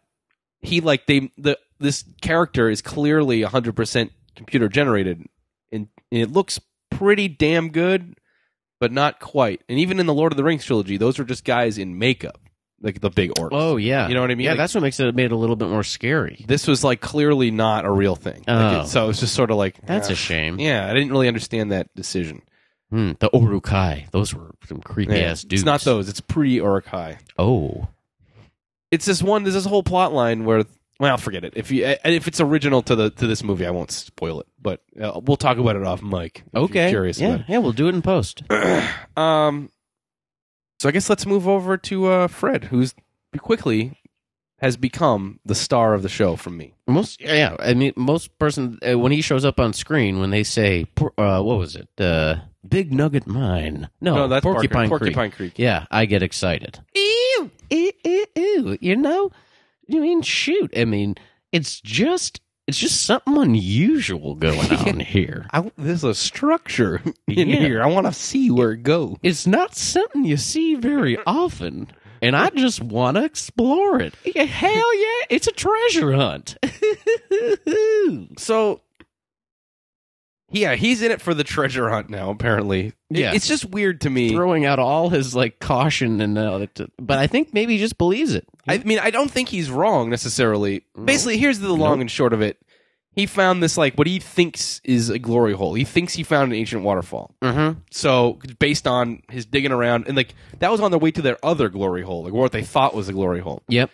Speaker 2: he like they the this character is clearly 100 percent computer generated, and, and it looks pretty damn good, but not quite. And even in the Lord of the Rings trilogy, those were just guys in makeup, like the big orcs.
Speaker 3: oh yeah,
Speaker 2: You know what I mean?
Speaker 3: Yeah,
Speaker 2: Like-
Speaker 3: that's what makes it made it a little bit more scary.
Speaker 2: this was like clearly not a real thing. Like,
Speaker 3: Oh.
Speaker 2: it- so it was just sort of like
Speaker 3: That's
Speaker 2: eh.
Speaker 3: a shame.
Speaker 2: yeah. I didn't really understand that decision.
Speaker 3: Hmm, the Orukai, those were some creepy
Speaker 2: Yeah.
Speaker 3: ass dudes.
Speaker 2: It's not those. It's pre Orakai.
Speaker 3: Oh,
Speaker 2: It's this one. There's this whole plot line where well, forget it. If you and if it's original to the to this movie, I won't spoil it. But uh, we'll talk about it off mic. if you're
Speaker 3: okay.
Speaker 2: curious
Speaker 3: yeah,
Speaker 2: about
Speaker 3: yeah, we'll do it in post.
Speaker 2: it. Um. So I guess let's move over to uh, Fred, who's quickly has become the star of the show from me.
Speaker 3: Most yeah, I mean most person uh, when he shows up on screen when they say por- uh, what was it? Uh, Big Nugget Mine. No,
Speaker 2: that's Parker.
Speaker 3: Oh, Porcupine Creek.
Speaker 2: Porcupine Creek.
Speaker 3: Yeah, I get excited. Ew, ew, ew, ew. You know, I mean, shoot. I mean, it's just it's just something unusual going on here.
Speaker 2: I, there's a structure in
Speaker 3: Yeah.
Speaker 2: here. I want to see where it goes.
Speaker 3: It's not something you see very often, and I just want to explore it. Yeah, Hell yeah, it's a treasure hunt.
Speaker 2: so yeah, he's in it for the treasure hunt now. Apparently, It-
Speaker 3: Yeah.
Speaker 2: it's just weird to me.
Speaker 3: throwing out all his like caution and uh, that- but I think maybe he just believes it.
Speaker 2: I mean, I don't think he's wrong necessarily. Basically, here's the long and short of it. He found this like what he thinks is a glory hole. He thinks he found an ancient waterfall.
Speaker 3: Mm-hmm.
Speaker 2: So based on his digging around and like that was on their way to their other glory hole, like what they thought was a glory hole.
Speaker 3: Yep.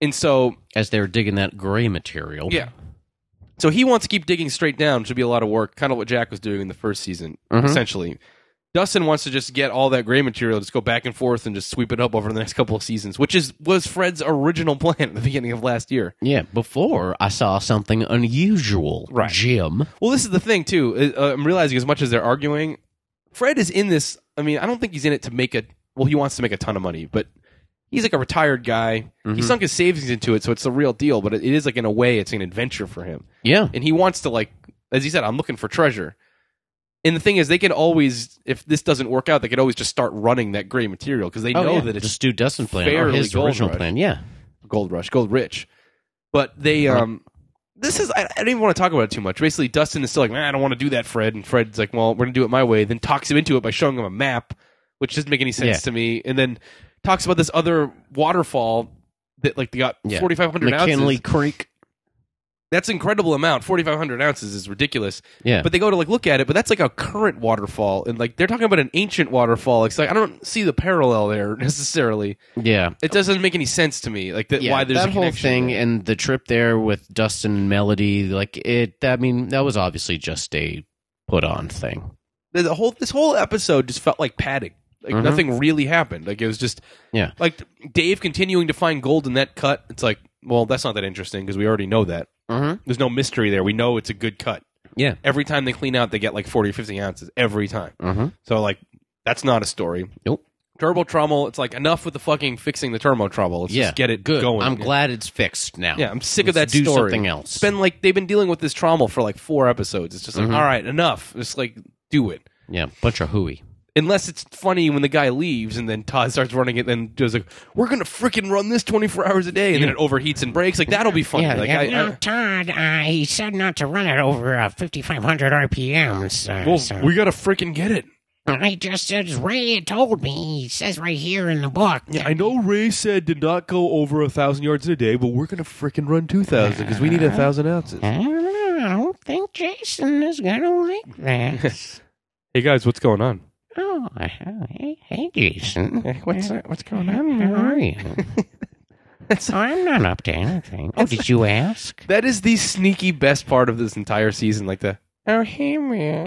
Speaker 2: And so
Speaker 3: As they were digging that gray material.
Speaker 2: Yeah. So he wants to keep digging straight down, which would be a lot of work, kind of what Jack was doing in the first season,
Speaker 3: Mhm.
Speaker 2: essentially. Dustin wants to just get all that gray material, just go back and forth and just sweep it up over the next couple of seasons, which is was Fred's original plan at the beginning of last year.
Speaker 3: Yeah. Before I saw something unusual.
Speaker 2: Right.
Speaker 3: Jim.
Speaker 2: Well, this is the thing too. Uh, I'm realizing as much as they're arguing, Fred is in this. I mean, I don't think he's in it to make a. Well, he wants to make a ton of money, but he's like a retired guy. He
Speaker 3: Mhm.
Speaker 2: sunk his savings into it, so it's the real deal. But it, it is like in a way, it's an adventure for him,
Speaker 3: Yeah.
Speaker 2: and he wants to like, as he said, I'm looking for treasure. And the thing is, they can always, if this doesn't work out, they could always just start running that gray material because they
Speaker 3: Oh,
Speaker 2: know
Speaker 3: yeah.
Speaker 2: that it's
Speaker 3: just do Dustin's plan or
Speaker 2: fairly
Speaker 3: his
Speaker 2: Gold
Speaker 3: original
Speaker 2: Rush.
Speaker 3: plan. Yeah.
Speaker 2: gold rush, gold rich. But they,
Speaker 3: Uh-huh.
Speaker 2: um, this is, I, I don't even want to talk about it too much. Basically, Dustin is still like, nah, I don't want to do that, Fred. And Fred's like, well, we're going to do it my way. Then talks him into it by showing him a map, which doesn't make any sense
Speaker 3: Yeah.
Speaker 2: to me. And then talks about this other waterfall that, like, they got
Speaker 3: Yeah.
Speaker 2: 4,500
Speaker 3: McKinley
Speaker 2: ounces.
Speaker 3: Creek.
Speaker 2: That's an incredible amount. 4,500 ounces is ridiculous.
Speaker 3: Yeah.
Speaker 2: But they go to, like, look at it, but that's, like, a current waterfall. And, like, they're talking about an ancient waterfall. It's like, I don't see the parallel there necessarily.
Speaker 3: yeah.
Speaker 2: It doesn't make any sense to me, like, that,
Speaker 3: Yeah,
Speaker 2: why there's
Speaker 3: that
Speaker 2: a
Speaker 3: whole
Speaker 2: connection
Speaker 3: thing
Speaker 2: there.
Speaker 3: and the trip there with Dustin and Melody, like it. I mean, that was obviously just a put on thing.
Speaker 2: the, the whole this whole episode just felt like padding. Like
Speaker 3: Mhm.
Speaker 2: nothing really happened. Like it was just
Speaker 3: Yeah.
Speaker 2: Like Dave continuing to find gold in that cut. It's like, well, that's not that interesting because we already know that.
Speaker 3: Mhm.
Speaker 2: There's no mystery there. We know it's a good cut.
Speaker 3: Yeah.
Speaker 2: Every time they clean out, they get like 40 or 50 ounces every time.
Speaker 3: Mm-hmm.
Speaker 2: So like, that's not a story.
Speaker 3: Nope.
Speaker 2: Turbo Trouble. It's like enough with the fucking fixing the turbo trouble. Let's
Speaker 3: Yeah,
Speaker 2: just get it
Speaker 3: Good.
Speaker 2: going.
Speaker 3: I'm glad it's fixed now.
Speaker 2: Yeah, I'm sick of that
Speaker 3: Let's do
Speaker 2: story.
Speaker 3: something else.
Speaker 2: It's been like they've been dealing with this trauma for like four episodes. It's just like,
Speaker 3: Mhm.
Speaker 2: all right, enough. Just like do it.
Speaker 3: yeah, bunch of hooey.
Speaker 2: unless it's funny when the guy leaves and then Todd starts running it, then Joe's like, "We're gonna freaking run this 24 hours a day," and then it overheats and breaks. Like that'll be funny.
Speaker 5: Yeah,
Speaker 2: like
Speaker 5: yeah,
Speaker 2: I,
Speaker 5: no,
Speaker 2: I,
Speaker 5: Todd, uh, he said not to run it over uh, 5,500 RPMs. Uh,
Speaker 2: well,
Speaker 5: so-
Speaker 2: we gotta freaking get it.
Speaker 5: I just said, Ray had told me. He says right here in the book.
Speaker 1: Yeah, I know Ray said to not go over a thousand yards in a day, but we're gonna frickin' run two thousand because we need a thousand ounces.
Speaker 5: I don't know. "Ah, I don't think Jason is going to like that.
Speaker 2: Hey guys, what's going on?
Speaker 5: oh, hey, hey, Jason.
Speaker 2: What's what's going
Speaker 5: How are you?
Speaker 2: That's-
Speaker 5: oh, I'm not up to anything. Oh, did you ask?
Speaker 2: That is the sneaky best part of this entire season. Like the
Speaker 5: Oh, hey, man.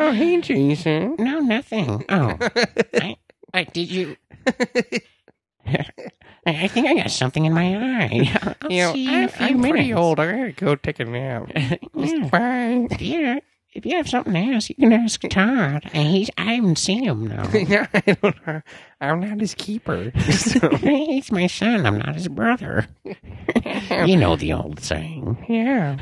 Speaker 5: oh, hey, Jason. No, nothing. Oh, I, I, did you? I, I think I got something in my eye. I'll see you in a few minutes.
Speaker 4: I gotta go take a nap.
Speaker 5: Yeah. If you if you have something else, you can ask Todd. And he's I haven't seen him now.
Speaker 4: I don't know. I'm not his keeper.
Speaker 5: he's my son. I'm not his brother. you know the old saying.
Speaker 4: yeah.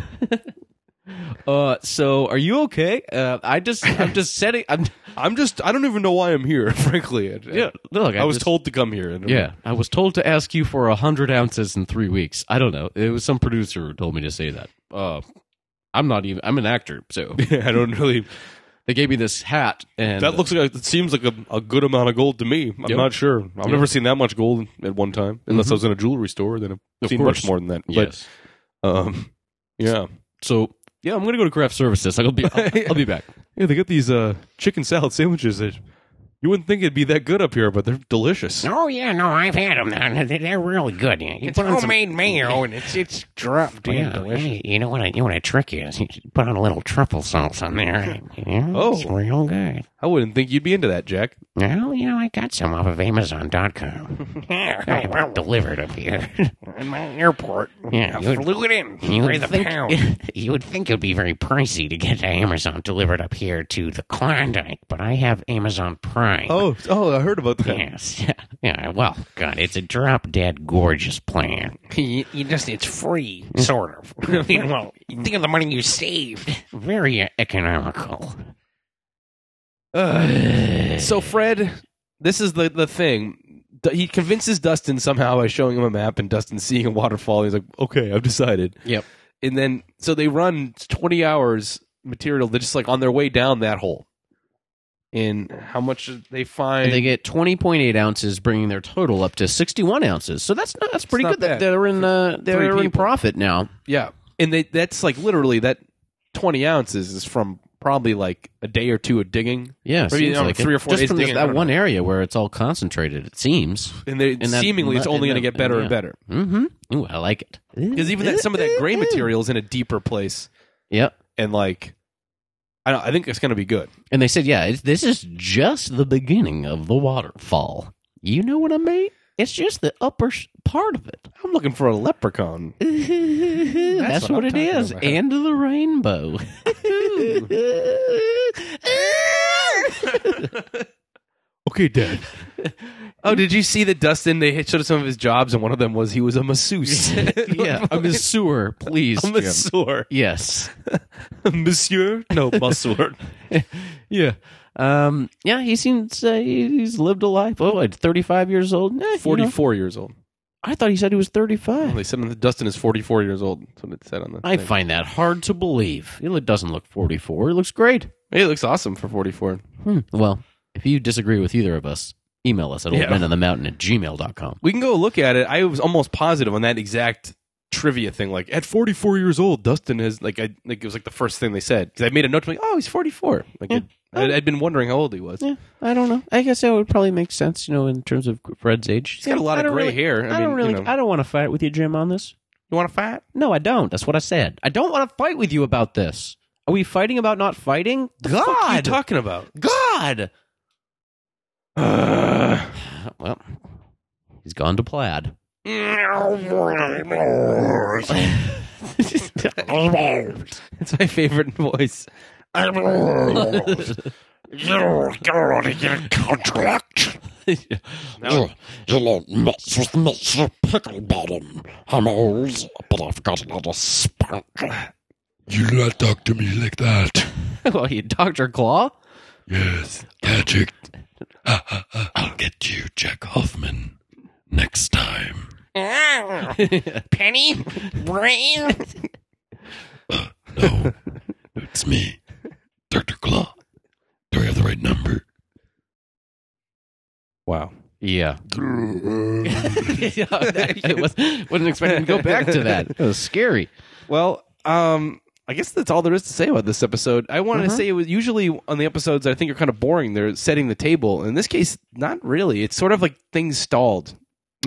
Speaker 3: Uh, so are you okay? Uh, I just, I'm just setting. I'm
Speaker 2: I'm just I don't even know why I'm here. Frankly, I,
Speaker 3: yeah. Look,
Speaker 2: I, was
Speaker 3: just-
Speaker 2: told to come here. And
Speaker 3: Yeah, I was told to ask you for a hundred ounces in three weeks. I don't know. It was some producer who told me to say that. Uh, I'm not even. I'm an actor, so
Speaker 2: I don't really.
Speaker 3: they gave me this hat, and
Speaker 2: That looks like it seems like a, a good amount of gold to me. I'm
Speaker 3: Yep.
Speaker 2: not sure. I've never seen that much gold at one time, unless I was in a jewelry store. Then I've
Speaker 3: Of
Speaker 2: seen
Speaker 3: course.
Speaker 2: much more than that. But
Speaker 3: yes.
Speaker 2: Um, yeah.
Speaker 3: So yeah, I'm gonna go to craft services. I'll be. I'll, I'll be back.
Speaker 2: Yeah, they got these uh, chicken salad sandwiches that you wouldn't think it'd be that good up here, but they're delicious.
Speaker 5: Oh yeah, no, I've had them. They're, they're really good. You
Speaker 4: It's
Speaker 5: put on some-
Speaker 4: homemade mayo and it's it's dropped in
Speaker 5: yeah,
Speaker 4: delicious.
Speaker 5: hey, you know what? I, you know what a trick is. You should put on a little truffle sauce on there. Yeah, it's
Speaker 2: Oh.
Speaker 5: real good.
Speaker 2: I wouldn't think you'd be into that, Jack.
Speaker 5: Well, you know, I got some off of Amazon.com. I got it delivered up here.
Speaker 4: In my airport.
Speaker 5: Yeah,
Speaker 4: I
Speaker 5: you would-
Speaker 4: flew it in
Speaker 5: You
Speaker 4: by
Speaker 5: would,
Speaker 4: the pound.
Speaker 5: think, you would think it would be very pricey to get Amazon delivered up here to the Klondike, but I have Amazon Prime.
Speaker 1: Oh, oh, I heard about that.
Speaker 5: Yes. Yeah. Well, God, it's a drop dead gorgeous plan.
Speaker 4: You, you just it's free, sort of. I mean, well, you think of the money you saved.
Speaker 5: Very economical.
Speaker 2: So, Fred, this is the, the thing. D- He convinces Dustin somehow by showing him a map and Dustin seeing a waterfall. He's like, okay, I've decided.
Speaker 3: Yep.
Speaker 2: And then, so they run 20 hours material. They're just like on their way down that hole. And how much did they find?
Speaker 3: And they get 20.8 ounces, bringing their total up to 61 ounces. So that's not, that's pretty
Speaker 2: not
Speaker 3: good. That
Speaker 2: bad
Speaker 3: they're in uh,
Speaker 2: three
Speaker 3: they're in
Speaker 2: people.
Speaker 3: profit now.
Speaker 2: Yeah, and they, that's like literally that twenty ounces is from probably like a day or two of digging,
Speaker 3: Yeah,
Speaker 2: Maybe,
Speaker 3: seems
Speaker 2: you know,
Speaker 3: like it.
Speaker 2: three or four
Speaker 3: Just
Speaker 2: days
Speaker 3: from this-
Speaker 2: digging, I
Speaker 3: that
Speaker 2: don't
Speaker 3: one area where it's all concentrated. It seems.
Speaker 2: and they
Speaker 3: that-
Speaker 2: seemingly it's
Speaker 3: in
Speaker 2: only
Speaker 3: that-
Speaker 2: going to get better
Speaker 3: yeah.
Speaker 2: and better
Speaker 3: Mm-hmm. Ooh, I like it.
Speaker 2: because even that some of that gray material is in a deeper place,
Speaker 3: Yep.
Speaker 2: and like I don't, I think it's going to be good.
Speaker 3: And they said, yeah, it's, this is just the beginning of the waterfall. You know what I mean? It's just the upper s- part of it.
Speaker 2: I'm looking for a leprechaun.
Speaker 3: That's,
Speaker 2: what
Speaker 3: what,
Speaker 2: I'm
Speaker 3: it
Speaker 2: talking
Speaker 3: is.
Speaker 2: about.
Speaker 3: End of the rainbow.
Speaker 1: Okay, Dad.
Speaker 2: Oh, did you see that Dustin? They had- showed us some of his jobs, and one of them was he was a masseuse.
Speaker 3: yeah, a masseur, please,
Speaker 2: a
Speaker 3: Jim.
Speaker 2: masseur.
Speaker 3: Yes.
Speaker 2: Monsieur? No, masseur.
Speaker 3: Yeah. Um, yeah, he seems uh, he- he's lived a life. Oh, at 35 years old. Eh, you know,
Speaker 2: 44 years old.
Speaker 3: I thought he said he was
Speaker 2: Well,
Speaker 3: 35.
Speaker 2: they said on the, Dustin is 44 years old. That's what it said on the
Speaker 3: I
Speaker 2: thing.
Speaker 3: find that hard to believe. He look- doesn't look 44. He looks great.
Speaker 2: He looks awesome for 44.
Speaker 3: Hmm. Well, if you disagree with either of us, email us at
Speaker 2: Yeah.
Speaker 3: oldmenonthemountain at gmail.com.
Speaker 2: We can go look at it. I was almost positive on that exact trivia thing. Like at 44 years old, Dustin has like I like it was like the first thing they said because I made a note to me. Oh, he's 44. Like
Speaker 3: Yeah.
Speaker 2: it, I'd, I'd been wondering how old he was.
Speaker 3: Yeah, I don't know. I guess that would probably make sense, you know, in terms of Fred's age.
Speaker 2: He's got a lot
Speaker 3: I
Speaker 2: of
Speaker 3: don't
Speaker 2: gray
Speaker 3: really-
Speaker 2: hair.
Speaker 3: I,
Speaker 2: mean,
Speaker 3: don't really.
Speaker 2: You, know.
Speaker 3: I don't want to fight with you, Jim, on this.
Speaker 2: you want to fight?
Speaker 3: No, I don't. That's what I said. I don't want to fight with you about this. Are we fighting about not fighting?
Speaker 2: What the fuck are you
Speaker 3: God,
Speaker 2: talking about?
Speaker 3: God. well, he's gone to plaid.
Speaker 2: It's my favorite voice.
Speaker 5: You don't get a contract.
Speaker 6: Oh,
Speaker 5: You don't mess with Mr. Pickle Bottom. I'm old, but I've got a lot of spunk.
Speaker 6: You not talk to me like that.
Speaker 3: well, you Doctor Claw.
Speaker 6: Yes, magic. Ha, ha, ha. I'll get you, Jack Hoffman, next time.
Speaker 5: Penny? Brain?
Speaker 6: No, it's me, Dr. Claw. Do I have the right number?
Speaker 2: Wow.
Speaker 3: Yeah. yeah I was, wasn't expecting to go back to that. It was scary.
Speaker 2: Well, um, I guess that's all there is to say about this episode. I wanted
Speaker 3: Uh-huh.
Speaker 2: to say it was usually on the episodes I think are kind of boring. They're setting the table. In this case, not really. It's sort of like things stalled.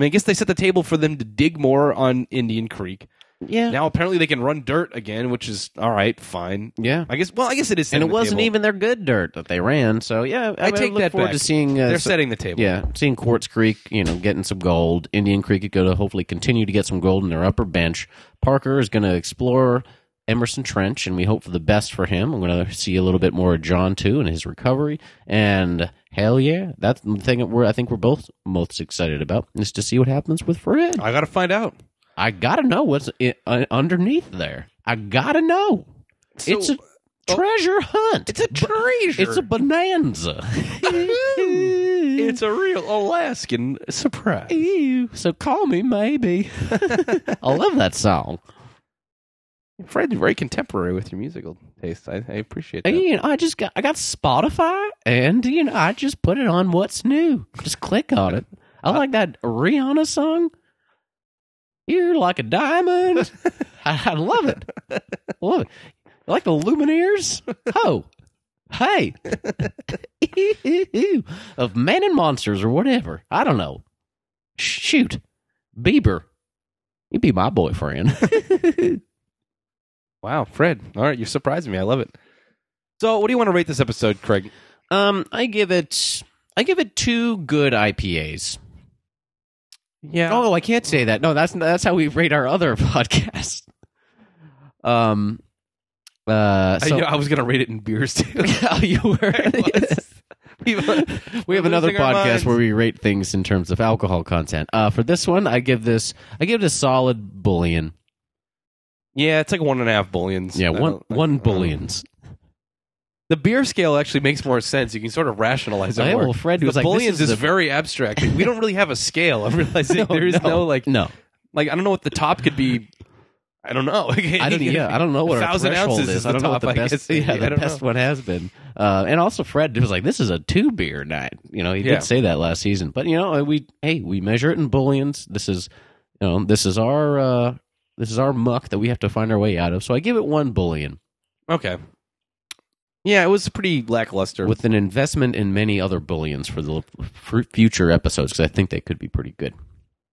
Speaker 2: I, mean, I guess they set the table for them to dig more on Indian Creek.
Speaker 3: Yeah.
Speaker 2: Now apparently they can run dirt again, which is all right, fine.
Speaker 3: yeah.
Speaker 2: I guess. Well, I guess it is.
Speaker 3: And
Speaker 2: setting
Speaker 3: it
Speaker 2: the
Speaker 3: wasn't
Speaker 2: table.
Speaker 3: even their good dirt that they ran. So yeah, I,
Speaker 2: I take
Speaker 3: look
Speaker 2: that
Speaker 3: forward
Speaker 2: back.
Speaker 3: to seeing. Uh,
Speaker 2: They're
Speaker 3: so-
Speaker 2: setting the table.
Speaker 3: Yeah, seeing Quartz Creek, you know, getting some gold. Indian Creek is going to hopefully continue to get some gold in their upper bench. Parker is going to explore Emerson Trench, and we hope for the best for him. I'm going to see a little bit more of John too and his recovery. And hell yeah, that's the thing that we're I think we're both most excited about is to see what happens with Fred.
Speaker 2: I gotta find out.
Speaker 3: I gotta know what's i uh, underneath there. I gotta know. it's a treasure
Speaker 2: oh,
Speaker 3: hunt.
Speaker 2: It's a treasure.
Speaker 3: It's a bonanza.
Speaker 2: It's a real Alaskan surprise.
Speaker 3: Ew. So call me maybe. I love that song.
Speaker 2: Fred's very contemporary with your musical taste. I, I appreciate that.
Speaker 3: And, you know, I just got I got Spotify and you know I just put it on what's new. Just click on it. I like that Rihanna song. You're like a diamond. I, I love it. Love it. I like the Lumineers. Ho. Hey. Ew. of Man and Monsters or whatever. I don't know. Shoot. Bieber. You be my boyfriend.
Speaker 2: Wow, Fred. All right, you're surprising me. I love it. So, what do you want to rate this episode, Craig?
Speaker 3: Um, I give it, I give it two good IPAs.
Speaker 2: Yeah.
Speaker 3: Oh, I can't say that. No, that's that's how we rate our other podcast. Um, uh, so
Speaker 2: I, I was going to rate it in beers too.
Speaker 3: Oh, you were.
Speaker 2: we
Speaker 3: we have another
Speaker 2: losing our
Speaker 3: podcast
Speaker 2: minds.
Speaker 3: where we rate things in terms of alcohol content. Uh, for this one, I give this, I give it a solid bullion.
Speaker 2: Yeah, it's like one and a half billions.
Speaker 3: Yeah,
Speaker 2: I
Speaker 3: one
Speaker 2: don't- I
Speaker 3: one
Speaker 2: don't-
Speaker 3: bullions.
Speaker 2: The beer scale actually makes more sense. You can sort of rationalize it.
Speaker 3: Oh, yeah,
Speaker 2: more.
Speaker 3: well, Fred
Speaker 2: the
Speaker 3: was like, this
Speaker 2: billions
Speaker 3: is
Speaker 2: is,
Speaker 3: the-
Speaker 2: very abstract. we don't really have a scale. I'm realizing there is no, like
Speaker 3: no.
Speaker 2: like I don't know what the top could be. I don't know.
Speaker 3: I don't. Yeah, I don't know what
Speaker 2: a
Speaker 3: our
Speaker 2: thousand
Speaker 3: threshold
Speaker 2: ounces
Speaker 3: is.
Speaker 2: is
Speaker 3: I
Speaker 2: the
Speaker 3: don't know
Speaker 2: top.
Speaker 3: what
Speaker 2: I
Speaker 3: the best.
Speaker 2: guess.
Speaker 3: yeah,
Speaker 2: I
Speaker 3: the
Speaker 2: don't
Speaker 3: best
Speaker 2: know.
Speaker 3: one has been. Uh, and also, Fred was like, "This is a two beer night." You know, he
Speaker 2: Yeah.
Speaker 3: did say that last season. But you know, uh, we hey, we measure it in bullions. This is, you know, this is our uh, this is our muck that we have to find our way out of. So I give it one bullion
Speaker 2: Okay. Yeah, it was pretty lackluster.
Speaker 3: with an investment in many other bullions for the for future episodes because I think they could be pretty good.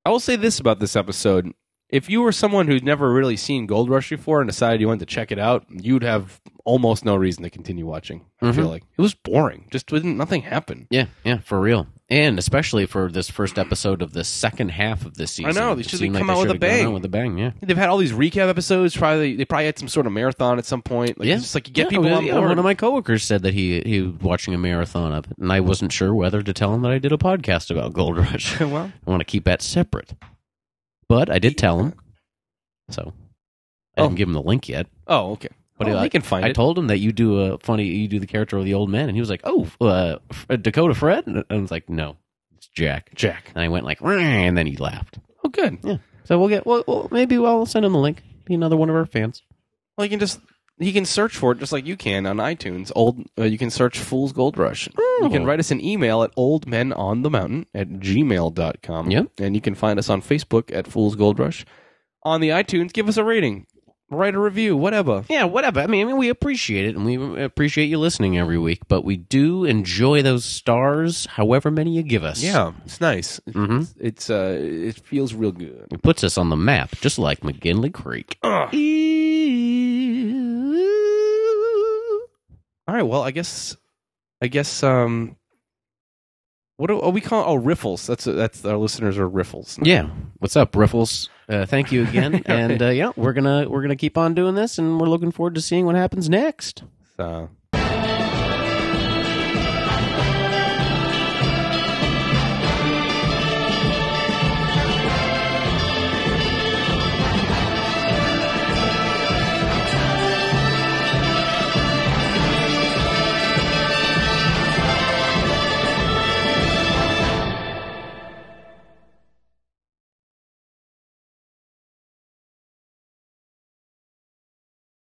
Speaker 2: I will say this about this episode. If you were someone who'd never really seen Gold Rush before and decided you wanted to check it out, you'd have almost no reason to continue watching. I feel
Speaker 3: Mhm.
Speaker 2: like it was boring. Just didn't nothing happened.
Speaker 3: Yeah, yeah, for real. and especially for this first episode of the second half of this
Speaker 2: I
Speaker 3: season.
Speaker 2: know,
Speaker 3: It
Speaker 2: they
Speaker 3: just
Speaker 2: should-
Speaker 3: seemed
Speaker 2: they
Speaker 3: like
Speaker 2: come out with a
Speaker 3: should've gone
Speaker 2: bang.
Speaker 3: out With a bang, yeah.
Speaker 2: They've had all these recap episodes. Probably they probably had some sort of marathon at some point. Like,
Speaker 3: Yeah.
Speaker 2: it's Just like you get
Speaker 3: Yeah,
Speaker 2: people
Speaker 3: well,
Speaker 2: on
Speaker 3: yeah,
Speaker 2: board.
Speaker 3: One of my coworkers said that he he was watching a marathon of it, and I wasn't sure whether to tell him that I did a podcast about Gold Rush.
Speaker 2: well,
Speaker 3: I want to keep that separate, but I did tell him. So I
Speaker 2: Oh.
Speaker 3: didn't give him the link yet.
Speaker 2: oh okay,
Speaker 3: But
Speaker 2: but well,
Speaker 3: I-
Speaker 2: they can find
Speaker 3: I
Speaker 2: it.
Speaker 3: told him that you do a funny, you do the character of the old man, and he was like, "Oh, uh, F- Dakota Fred," and I was like, "No, it's Jack."
Speaker 2: Jack.
Speaker 3: And I went like, "Rrr," and then he laughed.
Speaker 2: Oh, good.
Speaker 3: So we'll get, well, well maybe I'll send him a link. Be another one of our fans.
Speaker 2: Well, you can just he can search for it just like you can on iTunes. Old uh, you can search Fool's Gold Rush. You can write us an email at oldmenonthemountain at gmail.com.
Speaker 3: Yep.
Speaker 2: And you can find us on Facebook at Fool's Gold Rush. On the iTunes, give us a rating. Write a review, whatever.
Speaker 3: Yeah, whatever. I mean, I mean, we appreciate it, and we appreciate you listening every week. But we do enjoy those stars, however many you give us.
Speaker 2: it's nice.
Speaker 3: Mhm.
Speaker 2: It's, it's uh it feels real good.
Speaker 3: it puts us on the map, just like McGinley Creek.
Speaker 2: All right, well, I guess I guess um what do, oh, we call oh riffles. That's that's our listeners are riffles.
Speaker 3: Yeah. What's up, Riffles? Uh, thank you again, and uh, yeah, we're gonna we're gonna keep on doing this, and we're looking forward to seeing what happens next.
Speaker 2: So